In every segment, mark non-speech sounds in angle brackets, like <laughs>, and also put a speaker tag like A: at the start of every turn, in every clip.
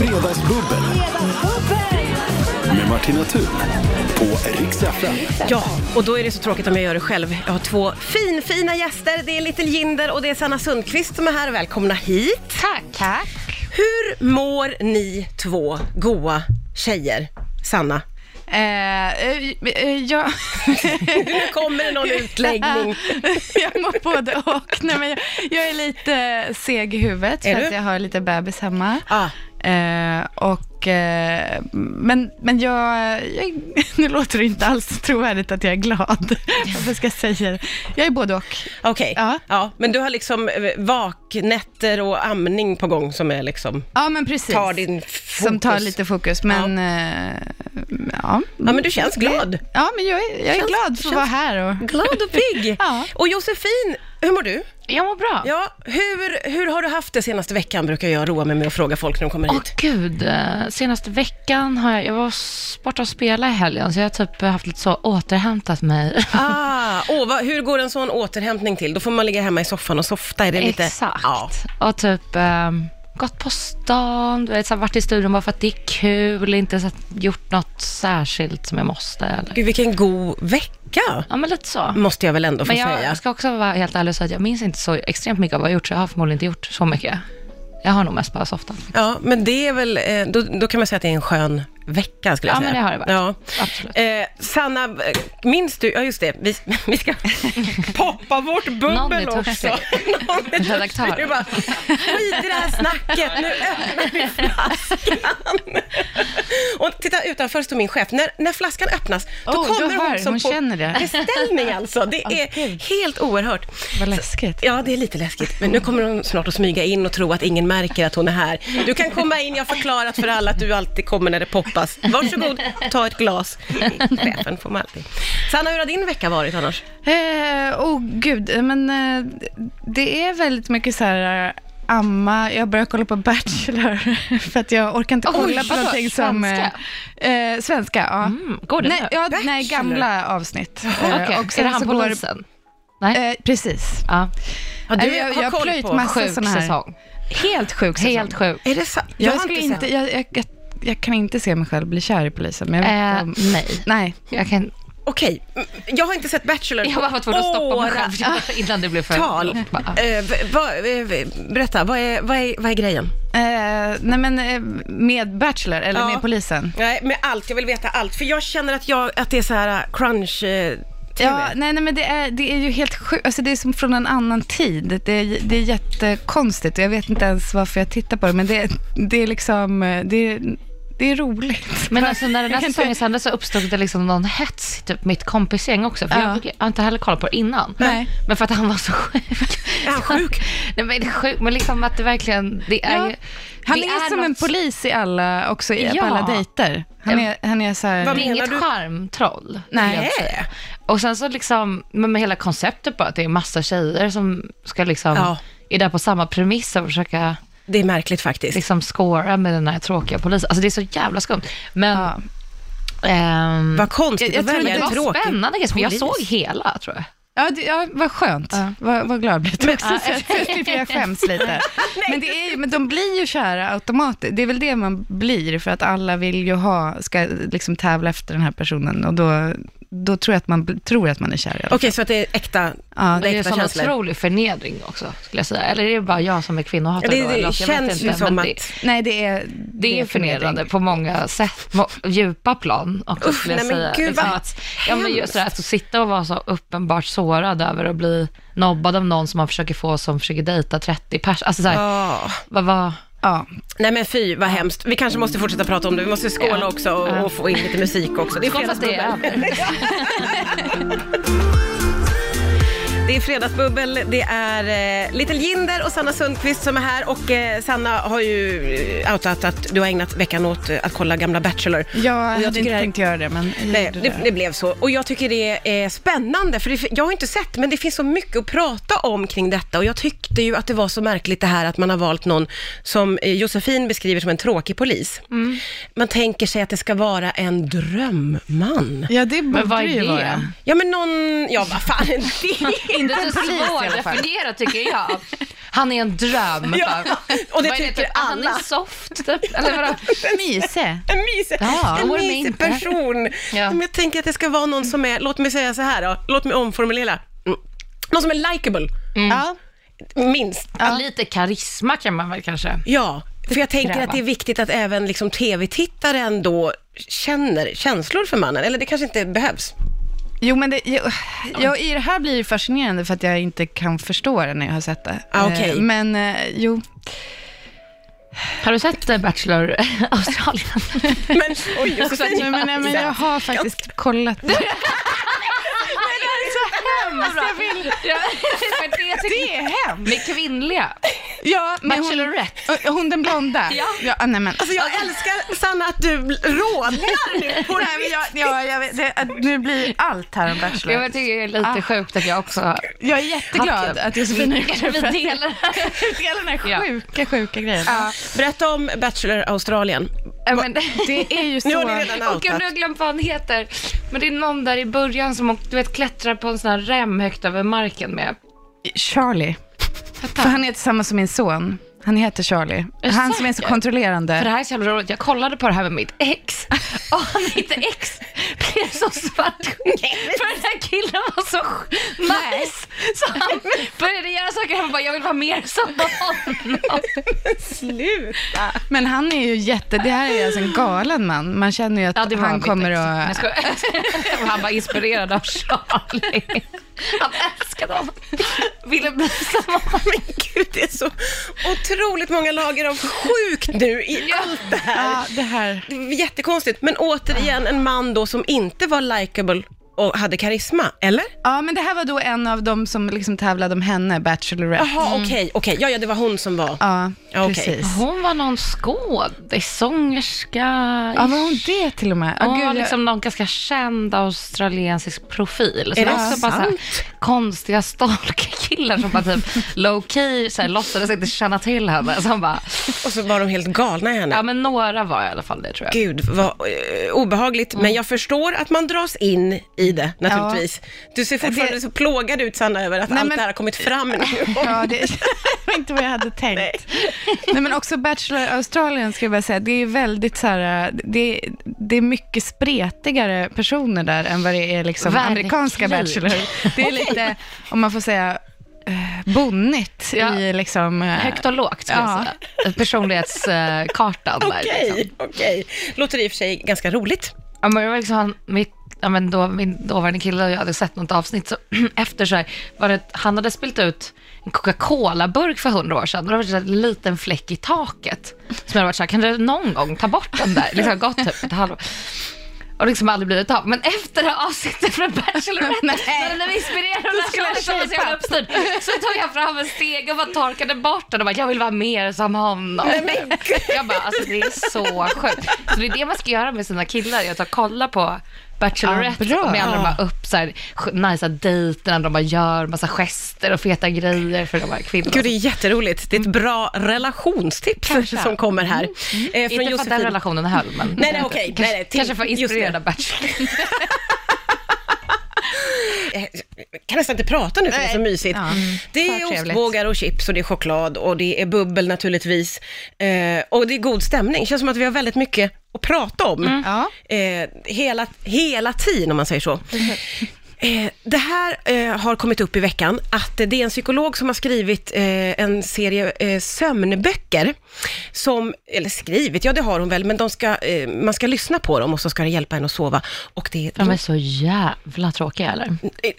A: Fredagsbubbel med Martina Thun på Rix FM.
B: Ja, och då är det så tråkigt om jag gör det själv. Jag har två finfina gäster. Det är Little Jinder och det är Sanna Sundqvist som är här. Välkomna hit.
C: Tack. Tack.
B: Hur mår ni två goa tjejer? Sanna?
C: Eh, eh,
B: <laughs>
C: eh, jag...
B: Nu kommer det någon <laughs> utläggning.
C: <laughs> jag mår både och. Nej, men jag, jag är lite seg i huvudet för
B: Är du?
C: att jag har lite bebis hemma.
B: Ah,
C: Eh, och, eh, men men jag, jag... <laughs> Nu låter det inte alls trovärdigt att jag
B: <laughs>
C: är glad. Varför ska jag säga det? Jag är både och.
B: Okej.
C: Ja.
B: Ja, men du har liksom eh, vaknätter och amning på gång som är liksom,
C: Ja, men precis.
B: tar din fokus.
C: Som tar lite fokus, men... eh, Ja,
B: Ja, men du känns glad.
C: ja men jag är, jag är
B: Känns-
C: glad för att vara här. Och...
B: Glad och <laughs> pigg.
C: Ja.
B: Och Josefin, hur mår du?
D: Jag mår bra.
B: Ja, hur, hur har du haft det senaste veckan brukar jag roa mig med att fråga folk när de kommer
D: Åh
B: hit.
D: gud, eh, senaste veckan har jag, jag var s- borta och spelade i helgen, så jag har typ haft lite så återhämtat mig. <laughs>
B: Ah, åh, vad, hur går en sån återhämtning till? Då får man ligga hemma i soffan och softa. Är det lite...
D: Exakt.
B: Ja.
D: Och typ eh, gått på stan, du vet, så här, varit i studion bara för att det är kul, inte så att, gjort något särskilt som jag måste. Eller.
B: Gud, vilken god vecka,
D: Ja, men lite så.
B: måste jag väl ändå få
D: Men jag
B: säga.
D: ska också vara helt ärlig och säga att jag minns inte så extremt mycket av vad jag gjort, så jag har förmodligen inte gjort så mycket. Jag har nog mest bara softat.
B: Ja, men det är väl, eh, då, då kan man säga att det är en skön vecka skulle jag
D: Ja,
B: säga.
D: men det har det varit.
B: Ja.
D: Absolut.
B: Eh, Sanna, eh, minns du, ja just det, vi, vi
D: <laughs>
B: ska poppa vårt
D: Någon
B: bubbel
D: är
B: också.
D: törstig.
B: Någon är törstig.
D: <laughs> Redaktör.
B: Du bara, skit i det här snacket, nu öppnar vi flaskan. Och titta, utanför står min chef. När, när flaskan öppnas, då
C: Oh, jag
B: kommer hon
C: hör,
B: som
C: hon
B: på
C: känner det.
B: beställning alltså.
D: <laughs>
B: Det är helt oerhört.
C: Vad läskigt.
B: Ja, det är lite läskigt. Men nu kommer hon snart att smyga in och tro att ingen märker att hon är här. Du kan komma in, jag har förklarat för alla att du alltid kommer när det poppas. Varsågod, ta ett glas. Chefen får man alltid. Sanna, hur har din vecka varit annars?
C: Eh, oh gud, eh, men eh, det är väldigt mycket så här eh, amma, jag börjar kolla på Bachelor <laughs> för att jag orkar inte
D: Oj,
C: kolla på
D: vadå?
C: någonting som... Eh, eh, svenska, ja.
D: Mm, går det
C: nej,
D: nu?
C: ja,
B: Bachelor?
C: nej, gamla avsnitt. Eh,
D: <laughs> Okej,
C: och
D: Är
C: sen
D: det han
C: så går,
D: polisen? Nej?
C: eh, Precis.
D: ja.
B: Ja, du
C: Nej, jag,
B: har
C: jag har
B: koll
C: plöjt
B: på.
C: massa
D: Sjuk
C: sådana här.
D: säsong.
C: Helt sjuk säsong.
D: Helt sjuk.
B: Är det sant?
C: Jag,
B: har
C: skulle
B: sett
C: inte,
B: den.
C: jag, jag, jag, jag kan inte se mig själv bli kär i polisen, men jag vet
D: Eh,
C: om,
D: nej.
C: Nej.
D: Jag, kan,
B: Okej, mm, jag har inte sett Bachelor
D: jag var tvungen att stoppa mig själv <laughs> innan det blev för...
B: Tal.
D: Bara,
B: Eh, v- vad- eh, berätta, vad är, vad, är, vad är grejen?
C: Eh, nej, men eh, med Bachelor, eller
B: Ja.
C: med polisen.
B: Nej, med allt. Jag vill veta allt. För jag känner att, jag, att det är så här crunch... Eh,
C: Ja, nej, nej, men det är, det är ju helt sjukt. Alltså, det är som från en annan tid. Det är, det är jättekonstigt och jag vet inte ens varför jag tittar på det, men det, det är liksom... eh, Det är, det är roligt.
D: Men alltså när den
C: Jag
D: här
C: kan inte-
D: säsongen sändes så uppstod det liksom någon hets i typ mitt kompisgäng också. För
C: Ja.
D: jag, brukar- jag har inte heller kollat på det innan.
C: Nej.
D: Men för att han var så sjuk.
B: Är han
D: <laughs>
B: sjuk?
D: Nej men det är sjukt, men liksom att det verkligen, det är
C: Ja.
D: ju...
C: Han
D: det
C: är, som en
D: något-
C: polis i alla, också i,
D: Ja.
C: på alla dejter. Han är, han är så här...
B: Vad
D: Det är
B: menar
D: inget
B: du?
D: charmtroll.
C: Nej.
D: vill jag inte säga.
B: Nej.
D: Och sen så liksom, men med hela konceptet bara att det är massa tjejer som ska liksom,
B: Ja.
D: är där på samma premiss och försöka
B: Det är märkligt faktiskt.
D: liksom scora med den här tråkiga polisen. Alltså det är så jävla skumt. Men,
C: Ja.
D: ehm,
B: Vad konstigt
C: Jag- jag
B: att
C: tror
B: välja
C: det
B: en
D: det var
B: tråkig
D: spännande grej, för jag
B: polis.
D: såg hela tror jag.
C: Ja, det, ja, vad skönt. Vad, vad glad jag blev. Tack så mycket. Typ Jag skäms lite. Men, det är, ju- men de blir ju kära automatiskt. Det är väl det man blir, för att alla vill ju ha, ska liksom tävla efter den här personen. Och då, då tror jag att man bl- tror att man är kär i alla fall.
B: Okej, så att det är äkta,
C: Ja,
B: det
D: Det
B: är
D: är ju
B: äkta
D: sån
B: känslor?
D: otrolig förnedring också, skulle jag säga. Eller är det bara jag som är
B: Ja,
D: kvinnohatare?
B: det,
D: då,
B: det,
D: eller något? Jag vet
B: känns ju
D: inte,
B: som
D: men
B: att...
D: Det,
C: Nej, det är...
D: det är förnedrande på många sätt, må- djupa plan också
B: Uff,
D: skulle
B: nej
D: jag
B: men
D: säga. Liksom
B: gud, vad
D: att, ja, men
B: hemskt.
D: just det här, att sitta och vara så uppenbart sårad över att bli nobbad av någon som man försöker få som försöker dejta 30 pers. Alltså så här,
B: Ja.
D: vad var...
C: Ja.
B: Ah. Nej men fy, vad hemskt. Vi kanske måste fortsätta prata om det. Vi måste skåla
D: Ja.
B: också och, och få in lite musik också. Det är
D: Skål för att det är
B: fredagsbubbel.
D: över.
B: Det är fredagsbubbel. Det är eh, Little Jinder och Sanna Sundqvist som är här. Och eh, Sanna har ju eh, outat att du har ägnat veckan åt eh, att kolla gamla Bachelor.
C: Jag hade
B: tycker
C: inte
B: det här-
C: tänkt göra det, men jag
B: Nej,
C: gjorde
B: det, det blev så. Och jag tycker det är spännande, för det, jag har inte sett, men det finns så mycket att prata om kring detta. Och jag tyckte ju att det var så märkligt det här att man har valt någon som eh, Josefin beskriver som en tråkig polis.
D: Mm.
B: Man tänker sig att det ska vara en drömman.
C: Ja, det borde
D: Men vad är
C: det ju
D: det?
C: vara. <laughs>
B: Ja, men någon, ja vad fan <laughs> är det?
D: Lite <laughs>
C: polis i alla fall.
D: svårdefinierat tycker jag. Han är en dröm.
B: Ja, och det
D: Vad är
B: tycker
D: typ? Han
B: alla.
D: är soft, typ. Eller vadå?
C: Myse.
B: En mysig,
D: Ja,
B: en
D: och de är
B: mysig
D: inte.
B: person.
D: Ja.
B: Men jag tänker att det ska vara någon som är, låt mig säga så här då, låt mig omformulera. Mm. Någon som är likable,
D: Mm.
C: Ja.
B: minst.
D: Lite karisma kan man väl kanske.
B: Ja, för jag tänker
D: kräva.
B: att det är viktigt att även liksom tv-tittaren då känner känslor för mannen, eller det kanske inte behövs.
C: Jo, men det, jag, jag, i det här blir det fascinerande för att jag inte kan förstå det när jag har sett det.
B: Ah, okej.
C: Eh, Men eh, jo,
D: Har du sett eh, Bachelor Australien?
B: Men, oj, Josefin.
C: Nej, men, nej, men jag har faktiskt kollat. Det
D: Jag vill. Ja, <laughs> men det tycker
C: är hemskt.
D: med kvinnliga.
C: Ja, men hon,
D: Bachelorette.
C: och- hon den blonda.
D: Ja.
C: ah, nej, men.
B: Alltså jag älskar Sanna att du rodnar nu
C: <laughs>
B: på
C: Nej, men jag, ja, jag vet, det, nu blir allt här om Bachelor.
D: Jag bara tycker det är lite
C: Ah.
D: sjukt att jag också...
C: Jag är jätteglad att Josefin har
D: <laughs>
C: gjort det.
D: Vi
C: för att-
D: delar
C: Hela den här
D: Ja.
C: sjuka, sjuka grejen.
B: Berätta om Bachelor Australien.
D: Ja, men-
C: Det
D: <laughs>
C: är ju så...
B: Nu har ni redan
D: Och jag
B: outat.
D: nu har jag glömt vad han heter. Men det är någon där i början som åkt- du vet, klättrar på en sån här rem högt över marken med.
C: Charlie. För han är tillsammans med min son. Han heter Charlie.
D: Är du
C: han som är så
D: säker? För
C: kontrollerande.
D: det här är så jävla roligt. Jag kollade på det här med mitt <laughs> ex och han mitt ex blev så <laughs> svartsjuk för den här killen var så sj- nice så han började göra saker hemma och bara jag vill vara mer som honom.
B: <laughs> Sluta!
C: Men han är ju jätte... Det här är alltså en galen man. Man känner ju att
D: Ja, det var
C: han
D: mitt
C: kommer
D: ex.
C: att...
D: Men jag <laughs> skojar. Han var inspirerad av Charlie. Han älskade honom. Ville bli som honom.
B: Men gud, det är så otroligt många lager av sjukt nu i allt det här.
C: Ja, det här...
B: Det är Jättekonstigt, men återigen en man då som inte var likable och hade karisma, eller?
C: Ja, men det här var då en av de som liksom tävlade om henne, Bachelorette.
B: Jaha, okej, Mm. okej, ja, ja, det var hon som var.
D: Ah.
C: Ja,
B: Ja, okej.
C: precis.
D: Hon var någon skådis, sångerska.
C: Ja, var hon det till och med? Ja,
D: hon
C: gud,
D: var
C: jag-
D: liksom någon ganska känd australiensisk profil. Så
B: Är
D: det
B: det
D: var också bara så här
B: sant?
D: konstiga stalkerkillar som bara
B: <laughs>
D: typ low key så här, låtsades inte känna till henne. Så han bara,
B: Och så var de helt galna i henne.
D: ja men några var i alla fall det tror jag.
B: Gud, vad eh, obehagligt. Men jag förstår att man dras in i det, naturligtvis. Du ser fortfarande
C: Det-
B: så plågad ut, Sanna, över att
C: Nej,
B: allt
C: men-
B: det här har kommit fram <laughs> nu.
C: Ja, det <laughs> var inte vad jag hade tänkt. Nej. men också Bachelor Australien, ska jag bara säga, det är väldigt så här, äh, det, det är mycket spretigare personer där än vad det är liksom
D: Verkligen.
C: amerikanska Bachelor. Det är lite, om man får säga, eh, bonnigt
D: Ja.
C: i liksom... eh,
D: Högt och lågt skulle
C: Ja.
D: jag säga. Personlighetskartan
B: <laughs>
D: där.
B: Okej,
D: Liksom.
B: okej. Låter i och för sig ganska roligt.
D: Ja, men det var liksom han, mitt, ja, men då, min dåvarande kille och jag hade sett något avsnitt, så <clears throat> efter så här, var det, att han hade spilt ut en Coca-Cola-burk för hundra år sedan och det var så här en liten fläck i taket. Som jag hade varit så här, kan du någon gång ta bort den där? Liksom gått typ ett halvår. Och liksom aldrig blivit av. Men efter det här avsnittet
B: <laughs>
D: från Bachelorette,
C: Nej.
D: när den inspirerade och
C: skulle jag
D: lärde känna så jävla
C: shapeat.
D: uppstyrd, så tog jag fram en steg och bara torkade bort den och bara, jag vill vara mer som honom. Jag bara, alltså det är så sjukt. Så det är det man ska göra med sina killar, är att ta- kolla på
B: Ah,
D: Bachelorette
C: Ja, bra.
D: med alla de här upp så här, sj- nice dejterna, de bara gör massa gester och feta grejer för de här kvinnorna.
B: Gud, det är jätteroligt. Det är ett bra relationstips
D: Kanske.
B: som kommer här. Eh,
D: Inte för att den relationen höll, men...
B: Nej, nej, okej. Nej, nej, till-
D: kanske för
B: just
D: inspirerad
B: det.
D: av Bachelor.
B: Eh, Jag kan nästan inte prata nu för det är så mysigt. Mm.
C: Ja.
B: Det
C: Vad
B: är
C: trevligt.
B: ostbågar och chips och det är choklad och det är bubbel naturligtvis. Eh, och det är god stämning. Det känns som att vi har väldigt mycket att prata om.
C: Mm. Ja.
B: eh, hela, hela tiden om man säger
C: <laughs>
B: så. Eh, Det här eh, har kommit upp i veckan, att det är en psykolog som har skrivit eh, en serie eh, sömnböcker, som, eller skrivit, ja det har hon väl, men de ska, eh, man ska lyssna på dem och så ska det hjälpa en att sova. Och det,
D: De är så jävla tråkiga, eller?
B: Eh,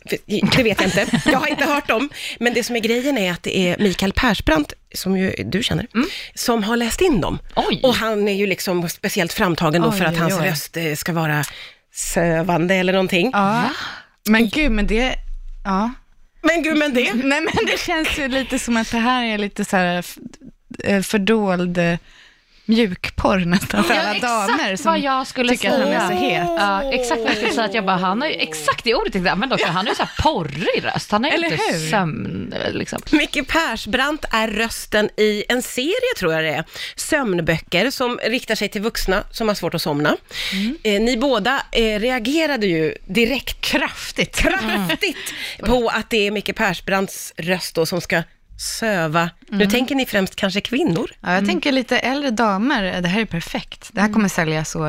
B: Det vet jag inte. Jag har inte hört dem. Men det som är grejen är att det är Mikael Persbrandt, som ju du känner,
C: Mm.
B: som har läst in dem.
D: Oj.
B: Och han är ju liksom speciellt framtagen då
C: Oj,
B: för att hans
C: oj, oj.
B: röst eh, ska vara sövande eller någonting.
C: ja. Men gud, men det... Ja.
B: Men gud, men det.
C: Nej, men det känns ju lite som att det här är lite så här f- eh, fördold eh, mjukporr nästan för alla damer
D: vad
C: som
D: jag skulle
C: tycker att han
D: säga.
C: är så het.
D: Ja, exakt vad jag skulle säga. Att jag bara, han har ju exakt det ordet jag använde också. Han har ju så här porrig röst. Han har ju
C: Eller
D: inte
C: hur?
D: sömn, liksom.
B: Micke Persbrandt är rösten i en serie, tror jag det är, sömnböcker som riktar sig till vuxna som har svårt att somna. Eh, ni båda eh, reagerade ju direkt
C: Kraftigt.
B: kraftigt på att det är Micke Persbrandts röst då som ska söva. Nu tänker ni främst kanske kvinnor.
C: Ja,
D: Mm.
C: jag tänker lite äldre damer, eh, det här är perfekt. Det här kommer sälja så, så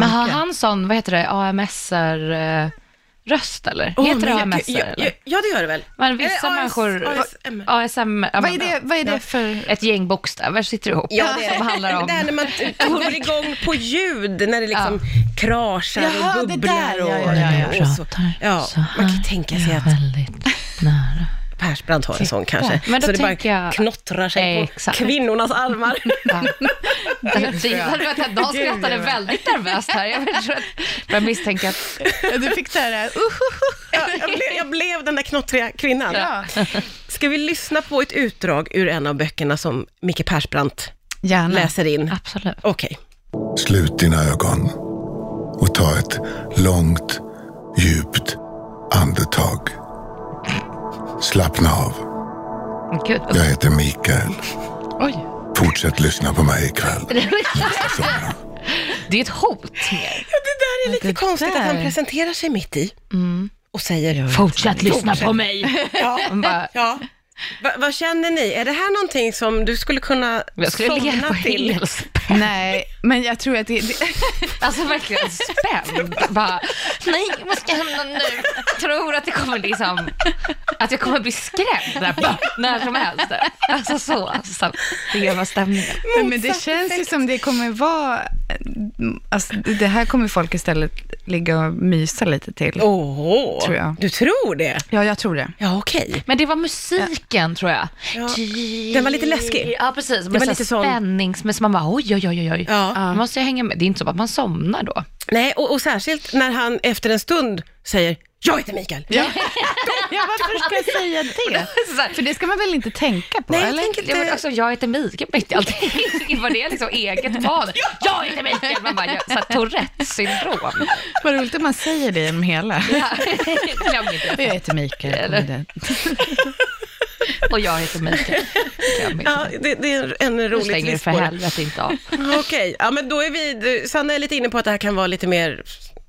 D: Men har
C: mycket.
D: han sån, vad heter det, AMSR-röst eller?
B: Åh,
D: heter
B: men
D: det
B: jag- Eh, ja,
D: AMSR
B: ja,
D: eller?
B: ja, det gör det väl.
D: Men vissa
B: Eller AS-
D: människor...
B: ASM.
D: ASM ja,
C: Vad är
D: men-
C: det, vad är det för...
D: Ett gäng bokstäver sitter ihop.
B: Ja, det är
D: Som
B: <laughs>
D: handlar om...
B: Det här när
C: <laughs>
B: man t- går igång på ljud, när det liksom kraschar
C: Jaha,
B: och
C: det
B: bubblar
C: där, ja,
B: och...
C: ja, ja, ja.
B: och så. ja, man kan ju tänka sig att
D: Väldigt
B: <laughs>
D: nära.
B: Persbrandt har en sån kanske.
D: Men då
B: så det bara
D: tänker jag-
B: knottrar sig
D: Exakt.
B: på kvinnornas armar. <laughs>
D: De skrattade väldigt nervöst här. Jag tror att- börjar misstänka att...
C: Du fick det här,
B: jag, jag, blev, jag blev den där knottriga kvinnan.
C: Ja.
B: Ska vi lyssna på ett utdrag ur en av böckerna som Micke Persbrandt
C: Gärna.
B: läser in?
D: Absolut.
B: Okej.
E: Slut dina ögon och ta ett långt, djupt andetag. Slappna av.
D: Gud.
E: Jag heter Mikael.
D: Oj.
E: Fortsätt lyssna på mig ikväll.
D: Det är ett hot mer.
B: Ja, det där är lite
D: det
B: konstigt
D: där. Mm.
B: att han presenterar sig mitt i och säger
D: Fortsätt lyssna på mig.
B: <laughs> Ja.
D: Man bara,
B: ja. Va, vad känner ni? Är det här någonting som du skulle kunna
D: jag skulle ligga på
B: somna till?
D: hels.
C: Nej, men jag tror att det, det
D: <laughs> Alltså verkligen spänd. Bara, nej, vad ska hända nu? Tror att det kommer liksom, att jag kommer bli skrämd där bara, när som helst. Alltså så, alltså, det var stämningen.
C: Nej, men det känns ju som det kommer vara... eh, Alltså, det här kommer folk istället ligga och mysa lite till.
B: Åh,
C: Tror jag.
B: du tror det?
C: Ja, jag tror det.
B: Ja, okej.
D: Men det var musiken tror jag.
B: Ja. Den var lite läskig.
D: Ja, precis.
B: var
D: Det var lite
B: lite sån-
D: spännings, men som man bara oj, oj, oj, oj, oj.
B: Ja.
D: Då måste jag hänga med. Det är inte så att man somnar då.
B: Nej, och, och särskilt när han efter en stund säger “Jag heter Mikael”.
C: Ja. <laughs> ja, varför ska jag säga <laughs> det?
D: Så här,
C: För det ska man väl inte tänka på?
B: Nej, jag
C: eller?
B: tänker
D: Ja, men alltså-
B: inte...
D: också, jag heter Mikael mitt i allting. <laughs> Var det liksom eget val? Jag heter Mikael! Man bara, jag- så här, Tourettes syndrom. <laughs>
C: Vad roligt att man säger det genom hela.
D: Glöm inte det.
C: Jag heter Mikael.
D: Och jag heter Mikael. Glöm inte
B: Ja,
D: det.
B: det, det är en
D: Nu
B: rolig
D: stänger du
B: twist
D: för
B: på det.
D: helvete inte av.
B: <laughs> Okej, ja men då är vi... Sanna är lite inne på att det här kan vara lite mer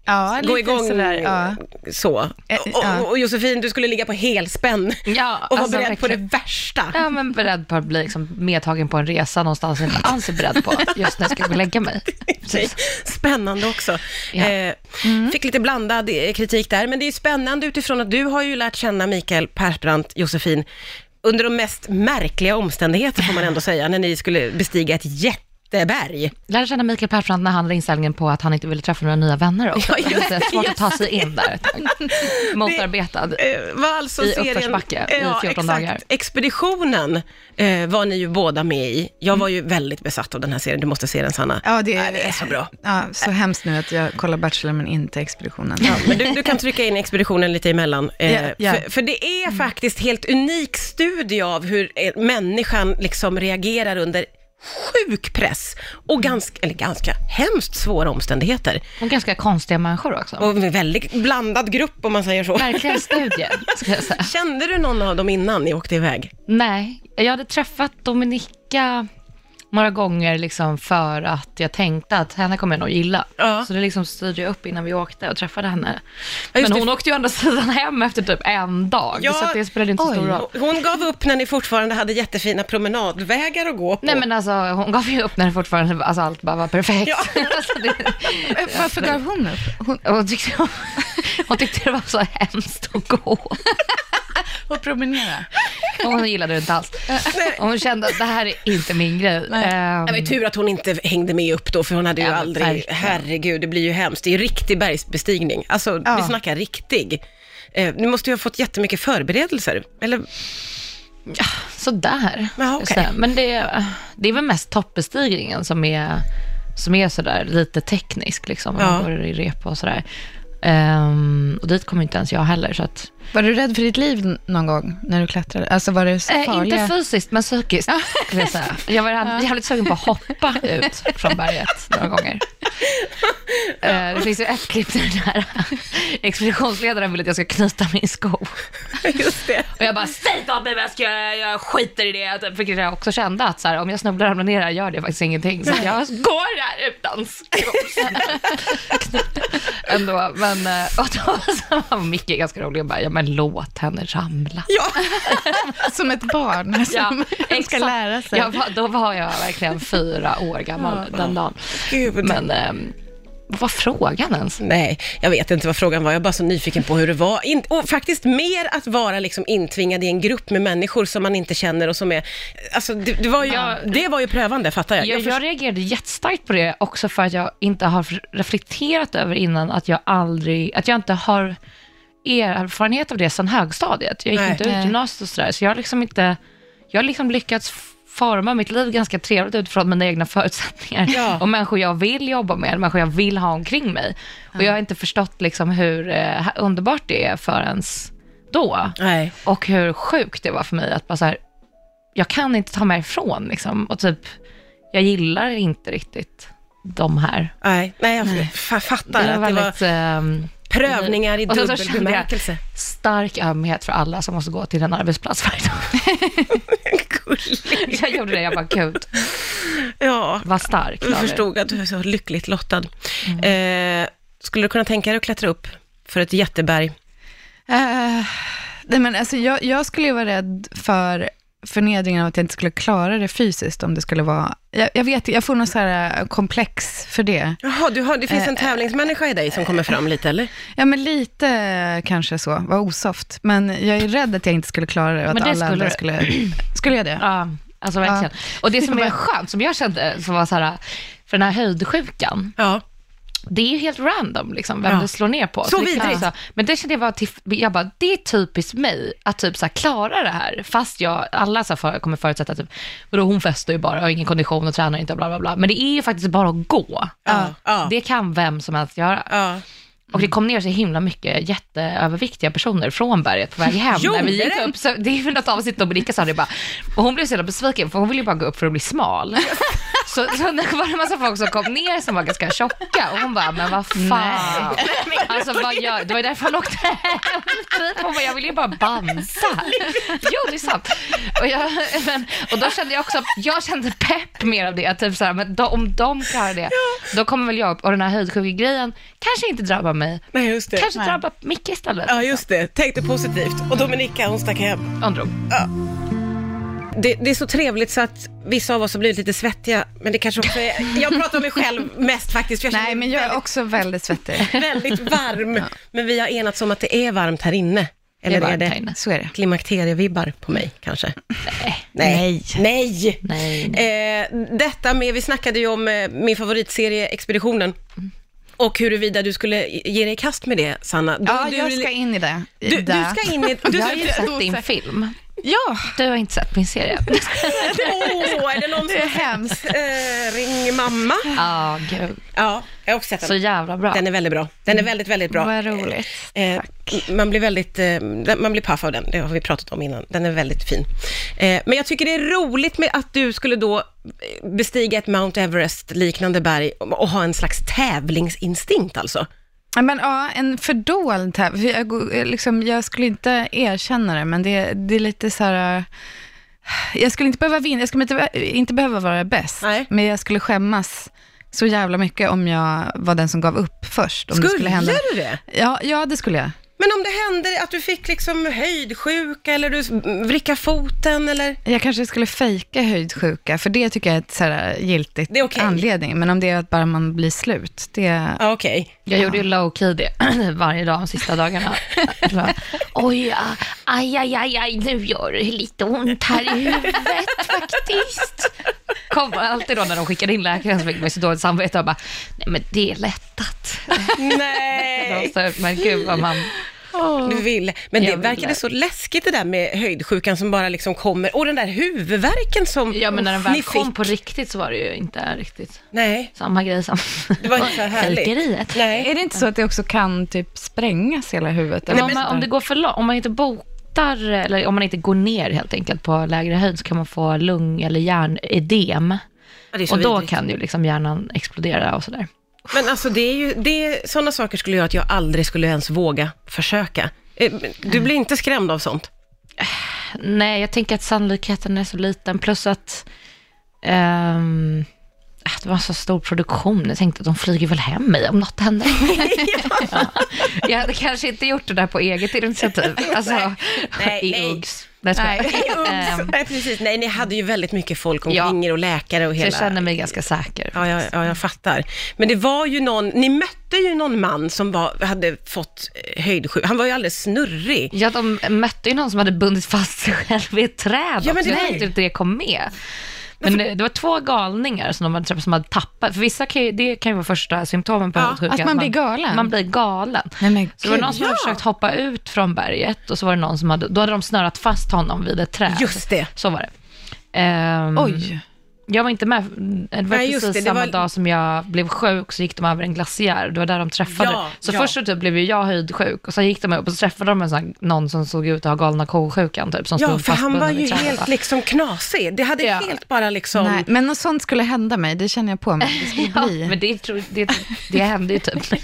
C: Ja,
B: gå
C: lite
B: igång
C: sådär. Ja.
B: så.
C: Eh, ja.
B: Och, och Josefin, du skulle ligga på helspänn
D: Ja,
B: och vara
D: alltså,
B: beredd på det
D: verkligen.
B: värsta.
D: Ja, men beredd på att bli liksom medtagen på en resa någonstans jag inte alls är beredd på just när jag ska gå och lägga mig.
B: Okej.
D: Precis.
B: Typ. Spännande också.
D: Ja.
B: Eh, Fick lite blandad eh, kritik där, men det är spännande utifrån att du har ju lärt känna Mikael Persbrandt, Josefin, under de mest märkliga omständigheter får man ändå säga, när ni skulle bestiga ett jätteberg.
D: Lärde känna Mikael Persbrandt när han hade inställningen på att han inte ville träffa några nya vänner också.
B: Ja,
D: det
B: just
D: är svårt att ta sig in där. ett tag. Motarbetad.
B: Eh, var alltså
D: I
B: serien-
D: uppförsbacke i 14
B: exakt.
D: dagar.
B: Expeditionen eh, var ni ju båda med i. Jag var ju väldigt besatt av den här serien, du måste se den Sanna.
C: Ja, det,
B: Nej, det är så bra.
C: Ja, så hemskt nu att jag kollar Bachelor men inte Expeditionen.
B: <laughs> Men du, du kan trycka in expeditionen lite emellan. Eh,
C: Ja, ja.
B: För, för det är faktiskt helt unik studie av hur eh, människan liksom reagerar under sjuk press och ganska, eller ganska hemskt svåra omständigheter.
D: Och ganska konstiga människor också.
B: Och en väldigt blandad grupp om man säger så.
D: Verkligen studie, ska jag säga.
B: Kände du någon av dem innan ni åkte iväg?
D: Nej, jag hade träffat Dominika några gånger liksom för att jag tänkte att henne kommer jag nog gilla.
B: Ja.
D: Så det liksom styrde jag upp innan vi åkte och träffade henne.
B: Ja, just
D: Men
B: det.
D: hon åkte ju å andra <laughs> sidan hem efter typ en dag,
B: Ja.
D: så att det spelade inte så stor roll.
B: Hon gav upp när ni fortfarande hade jättefina promenadvägar att gå på.
D: Nej men alltså hon gav ju upp när det fortfarande, alltså allt bara var perfekt. <laughs>
B: Ja.
D: alltså, det,
C: Varför gav hon upp? Hon,
D: hon, tyckte, hon tyckte det var så hemskt att gå.
C: hon promenerade.
D: Och hon gillade det inte alls. Och hon kände att det här är inte min grej. Ehm,
B: Det var ju tur att hon inte hängde med upp då, för hon hade ju
D: Ja, men
B: aldrig,
D: verkligen.
B: herregud, det blir ju hemskt. Det är ju riktig bergsbestigning. Alltså,
C: Ja.
B: vi snackar riktig. Eh, ni måste ju ha fått jättemycket förberedelser. Eller, <laughs>
D: Sådär.
B: Ja, okej.
D: Sådär. Men det, det är väl mest toppbestigningen som är, som är sådär lite teknisk, liksom.
B: Ja.
D: Man går i rep och sådär. Ehm, och dit kom inte ens jag heller. Så att,
C: Var du rädd för ditt liv n- någon gång när du klättrade? Alltså var det så
D: eh,
C: farliga?
D: inte fysiskt, men psykiskt. skulle Jag, säga. jag var jävligt sugen på att hoppa ut från berget några gånger. Eh, Det finns ju ett klipp där
B: <laughs>
D: den här expeditionsledaren vill att jag ska knyta min sko.
B: Just det.
D: Och jag bara, säg åt mig vad jag ska göra, jag skiter i det. Vilket jag också kände att så här, om jag snubblar och ramlar ner här gör det faktiskt ingenting. Så att jag går här
C: <laughs>
D: utan skos. Ändå, men eh, och då så var Micke ganska rolig och bara, ja men låt henne ramla.
B: Ja,
C: Som ett barn som ska
D: <laughs> exakt.
C: lära sig.
D: Jag var, då var jag verkligen fyra år gammal den dagen.
B: gud.
D: Men ehm, vad var frågan ens?
B: Nej, jag vet inte vad frågan var. Jag är bara så nyfiken på hur det var. In- och faktiskt mer att vara liksom intvingad i en grupp med människor som man inte känner och som är... Alltså, det, det, var, ju,
D: Ja.
B: det var ju prövande, fattar jag.
D: Jag,
B: förstår-
D: jag reagerade jättestarkt på det också för att jag inte har reflekterat över innan att jag aldrig, att jag inte har erfarenhet av det sedan högstadiet. Jag gick
B: Nej.
D: inte ut
C: Nej.
D: gymnasiet och sådär, så jag har liksom inte, jag har liksom lyckats forma mitt liv ganska trevligt utifrån mina egna förutsättningar.
B: Ja.
D: Och människor jag vill jobba med, människor jag vill ha omkring mig. Och jag har inte förstått liksom hur eh, underbart det är förrän då.
B: Nej.
D: Och hur sjukt det var för mig att bara så här, jag kan inte ta mig ifrån liksom. Och typ, jag gillar inte riktigt de här.
B: Nej, nej, jag fa- fattar
D: Det var
B: att det var
D: väldigt ehm,
B: prövningar i
D: Och sen så
B: dubbel
D: kände jag-
B: bemärkelse.
D: stark ömhet för alla som måste gå till en arbetsplats varje dag. <laughs> jag gjorde det, jag bara gud,
B: Ja,
D: vad stark.
B: jag
D: av er.
B: förstod att du är så lyckligt lottad. Eh, skulle du kunna tänka dig att klättra upp för ett jätteberg?
C: Eh, nej men alltså jag, jag skulle ju vara rädd för förnedringen av att jag inte skulle klara det fysiskt om det skulle vara... Jag, jag vet, jag får någon så här eh, komplex för det.
B: Jaha, du har, det finns en tävlingsmänniska i dig som kommer fram lite, eller?
C: Ja men lite eh, kanske så, var osoft. Men jag är rädd att jag inte skulle klara det och att
D: Men det
C: alla andra
D: skulle
C: skulle... Skulle jag det?
D: Ja, alltså verkligen. Och det som är skönt, som jag kände, som var så här, för den här höjdsjukan,
B: Ja.
D: det är ju helt random liksom, vem
B: Ja.
D: du slår ner på.
B: Så
D: det kan
B: vidrigt.
D: också- Men det kände jag var, tif- jag bara, det är typiskt mig att typ så här, klara det här, fast jag, alla så här, för, kommer förutsätta typ, vadå hon festar ju bara, har ingen kondition och tränar inte och bla bla bla. Men det är ju faktiskt bara att gå.
B: Ja. Ja.
D: Det kan vem som helst göra.
B: ja.
D: Och
B: Mm.
D: det kom ner så himla mycket jätteöverviktiga personer från berget på väg hem.
B: Gjorde
D: när vi gick
B: det?
D: upp, så det är väl något avsnitt Dominika sa det bara, och hon blev så jävla besviken för hon ville ju bara gå upp för att
B: <laughs>
D: bli smal. Så, så det var en massa folk som kom ner som var ganska tjocka och hon bara, men vad fan. Alltså vad gör, det var ju därför hon åkte hem. Typ, Hon bara, jag vill ju bara bansa. Jo, det är sant. Och, jag, men, och då kände jag också, jag kände pepp mer av det. Typ så här, men då, om de klarar det, då kommer väl jag upp. Och den här höjdsjukegrejen kanske inte drabbar mig.
B: Nej, just det.
D: Kanske drabba Micke istället.
B: Ja, just det. Tänkte positivt. Och Dominika, hon stack hem.
D: Andro.
B: Det, det är så trevligt så att vissa av oss har blivit lite svettiga, men det kanske också är... Jag pratar om mig själv mest faktiskt, för jag känner
C: Nej, men
B: mig
C: jag är också väldigt svettig.
B: <laughs> väldigt, väldigt varm. Men vi har enats om att det är varmt här inne. Eller
D: Det är
B: är,
D: varmt
B: det
D: här inne.
C: Så är det.
B: klimakterievibbar på mig kanske? Nej. Nej.
D: Nej.
B: Eh, detta med, vi snackade ju om eh, min favoritserie Expeditionen. Och huruvida du skulle ge dig i kast med det, Sanna. Då-
C: Ja,
B: du,
C: jag ska in i det. I
B: du, du
C: det.
B: ska in i... Du,
D: Jag har ju sett din film.
C: Ja,
D: Du har inte sett
B: <laughs>
D: min serie.
B: Åh, är det någon
C: det är <laughs>
B: som...
C: hemskt.
B: Eh, ring mamma.
D: Ja, gud.
B: Ja, jag har också sett den.
D: Så jävla bra.
B: Den är väldigt bra. Den är väldigt, väldigt bra.
C: Vad roligt.
B: Eh, man blir väldigt, eh, man blir paff av den, det har vi pratat om innan. Den är väldigt fin. Eh, men jag tycker det är roligt med att du skulle då eh, bestiga ett Mount Everest-liknande berg och och ha en slags tävlingsinstinkt alltså.
C: Ja, Men, ja, en fördold tävling. För jag, går- liksom, jag skulle inte erkänna det, men det, det är lite så här... äh, Jag skulle inte behöva vinna, jag skulle inte, inte behöva vara bäst,
B: Nej.
C: men jag skulle skämmas så jävla mycket om jag var den som gav upp först. Om det skulle hända.
B: du det?
C: Ja, ja, det skulle jag.
B: Men om det hände att du fick liksom höjdsjuka eller du vrickade foten eller?
C: Jag kanske skulle fejka höjdsjuka, för det tycker jag är ett så här giltigt
B: Det är okej.
C: anledning. Men om det är att bara man blir slut, det...
B: Ja, okej.
D: <laughs> Jag gjorde ju low key det <clears throat> varje dag de sista dagarna.
B: <laughs>
D: Bara, Oj, ja. aj, aj, aj, aj, nu gör det lite ont här i huvudet faktiskt. Kom alltid då när de skickade in läkaren så fick man ju så dåligt samvete och bara, nej men det är lättat. <laughs>
B: Nej.
D: De sa, Men gud vad man...
B: Du vill. Men det
D: Jag vill
B: verkade
D: det.
B: så läskigt det där med höjdsjukan som bara liksom kommer. Och den där huvudvärken som
D: Ja men när den
B: ni
D: väl
B: fick.
D: kom på riktigt så var det ju inte riktigt
B: Nej,
D: samma grej som
B: det var inte så här härligt.
D: fejkeriet.
B: Nej.
C: Är det inte så att det också kan typ sprängas hela huvudet? eller
D: om,
C: något
D: man, om
C: sånt
D: det
C: där?
D: går för långt, om man inte botar, eller om man inte går ner helt enkelt på lägre höjd så kan man få lung eller hjärnedem.
B: Ja, det är så
D: Och då
B: vidrigt.
D: kan ju liksom hjärnan explodera och sådär.
B: Men alltså det är ju, det, sådana saker skulle göra att jag aldrig skulle ens våga försöka. Eh, men Du blir inte skrämd av sånt?
D: Nej, jag tänker att sannolikheten är så liten. Plus att ehm, att det var en så stor produktion. Jag tänkte att de flyger väl hem mig om
B: <laughs>
D: något händer. ja. Jag hade kanske inte gjort det där på
B: <laughs>
D: eget initiativ. Alltså,
B: Nej,
D: i
B: nej.
D: Uggs. Nej, jag
C: Nej.
D: skojar.
B: <laughs>
D: Ehm,
B: Nej, precis. Nej, ni hade ju väldigt mycket folk omkring er och läkare och
D: så
B: hela...
D: jag känner mig ganska säker.
B: Ja, ja, ja, jag fattar. Men det var ju någon, ni mötte ju någon man som var, hade fått eh, höjdsjuk. Han var ju alldeles snurrig.
D: Ja, de mötte ju någon som hade bundit fast sig själv i ett
B: Ja,
D: träd.
B: men det
D: också. Jag
B: var-
D: vet inte hur det kom med. Men eh, det var två galningar som de hade träffat som hade tappat. För vissa kan ju, det kan ju vara första symptomen på
B: Ja,
D: ja,
C: att man blir galen.
D: Man blir galen.
C: Nej, men
D: så det var
C: gud,
D: någon som hade försökt hoppa ut från berget och så var det någon som hade, då hade de snörat fast honom vid ett träd.
B: Just det.
D: Så var det. Ehm,
B: Mm.
C: Oj.
D: Jag var inte med. Det var
B: Nej, just
D: precis
B: det, det
D: samma
B: var-
D: dag som jag blev sjuk så gick de över en glaciär. Det var där de träffade.
B: Ja,
D: så
B: ja.
D: först så typ blev ju jag höjdsjuk och sen gick de upp och så träffade de en sån här, någon som såg ut att ha galna ko-sjukan typ. Som
B: Ja,
D: stod
B: för han var ju
D: fastbunden vid trädet, va?
B: helt liksom knasig. Det hade
D: Ja.
B: helt bara liksom...
C: Nej, men något sånt skulle hända mig, det känner jag på mig. Det skulle
D: Ja,
C: bli.
D: men det, tror- det, det hände ju typ.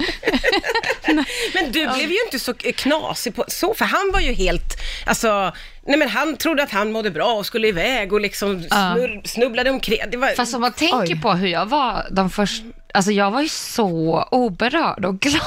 B: Men du blev ju inte så knasig på så, för han var ju helt, alltså, nej men han trodde att han mådde bra och skulle iväg och liksom snurr, snubblade omkring. Det var,
D: Fast om man tänker
C: Oj.
D: på hur jag var de första, alltså jag var ju så oberörd
B: <laughs>
D: och glad.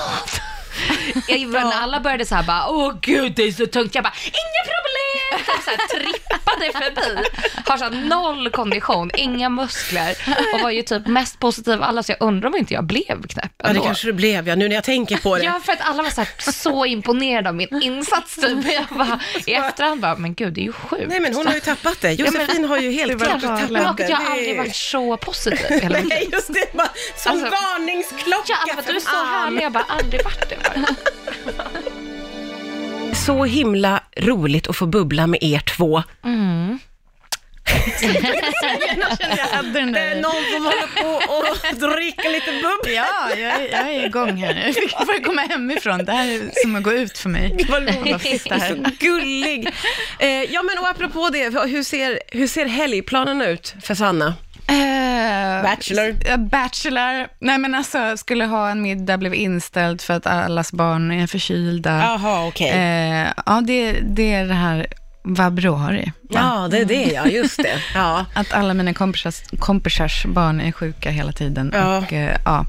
D: Jag, när alla började så här bara, åh gud det är så tungt. Jag bara, inga problem! Typ Så här, trippade förbi. Har så här, noll kondition, inga muskler och var ju typ mest positiv av alla så jag undrar om inte jag blev knäpp
B: ja, det
D: ändå.
B: kanske det blev ja, nu när jag tänker på det.
D: Ja, för att alla var så, här, så imponerade av min insats typ. Jag bara, i efterhand bara, men gud det är ju sjukt.
B: Nej men hon har ju tappat det. Josefin har ju helt
C: var
B: klart
C: bara
B: tappat
D: jag,
B: det.
D: jag har
B: Det-
D: aldrig varit så positiv i hela
B: <laughs>
D: mitt liv.
B: Nej just det, bara, som
D: Alltså-
B: varningsklocka
D: Ja, Alva,
B: för
D: du är så
B: fan.
D: härlig. Jag bara, aldrig varit det bara.
B: Så himla roligt att få bubbla med er två. Det är någon som håller på och <laughs> dricker lite bubbla.
C: Ja, jag, är- jag är igång här nu. <laughs> Jag fick bara komma hemifrån. Det här är som att gå ut för mig.
B: Vad
C: Bara sitta här.
B: Så gullig. <laughs> Eh, ja, men och apropå det, hur ser, hur ser helgplanen ut för Sanna?
C: Eh,
B: Bachelor.
C: ja, bachelor. Nej men alltså, skulle ha en middag, blev inställd för att allas barn är förkylda.
B: Jaha, okej.
C: Eh, ja, det, det är det här vabruari.
B: Ja, det är det ja, just det. <laughs> Ja.
C: Att alla mina kompisars, kompisars barn är sjuka hela tiden.
B: Ja.
C: Och, eh, ja.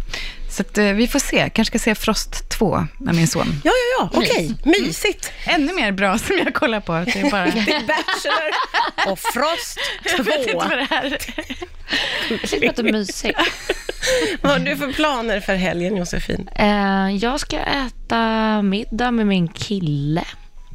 C: Så att, eh, vi får se. Kanske ska se Frost 2 med min son.
B: Ja, ja, ja, okej. Mysigt.
C: Ännu mer bra som jag kollar på. Det är <laughs> bara...
B: Det är Bachelor och <laughs> Frost 2.
C: det
B: <laughs>
C: här är.
D: Jag tycker att det är mysigt.
B: Vad har du för planer för helgen, Josefin?
D: Eh, jag ska äta middag med min kille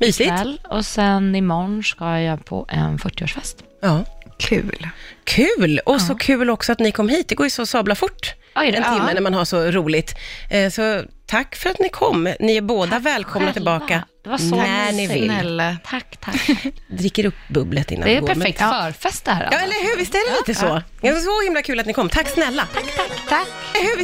B: Mysigt.
D: ikväll. Och sen imorgon ska jag på en 40-årsfest.
B: Ja.
C: Kul.
B: Kul! Och så kul också att ni kom hit. Det går ju så sabla fort,
D: Ja, gör det?
B: en
D: Ja.
B: timme när man har så roligt. Eh, Så tack för att ni kom. Ni är båda välkomna
D: själva.
B: tillbaka
D: Det var så
B: när ni
D: mysigt.
B: vill.
C: Snälla.
D: Tack, tack.
B: dricker upp bubblet innan
D: Det är
B: vi går, men-
D: perfekt
B: Ja.
D: förfest det här.
B: Ja,
D: Anna.
B: eller hur? Visst är det lite så? Ja. Det var så himla kul att ni kom. Tack snälla.
D: Tack, tack.
B: Eller hur?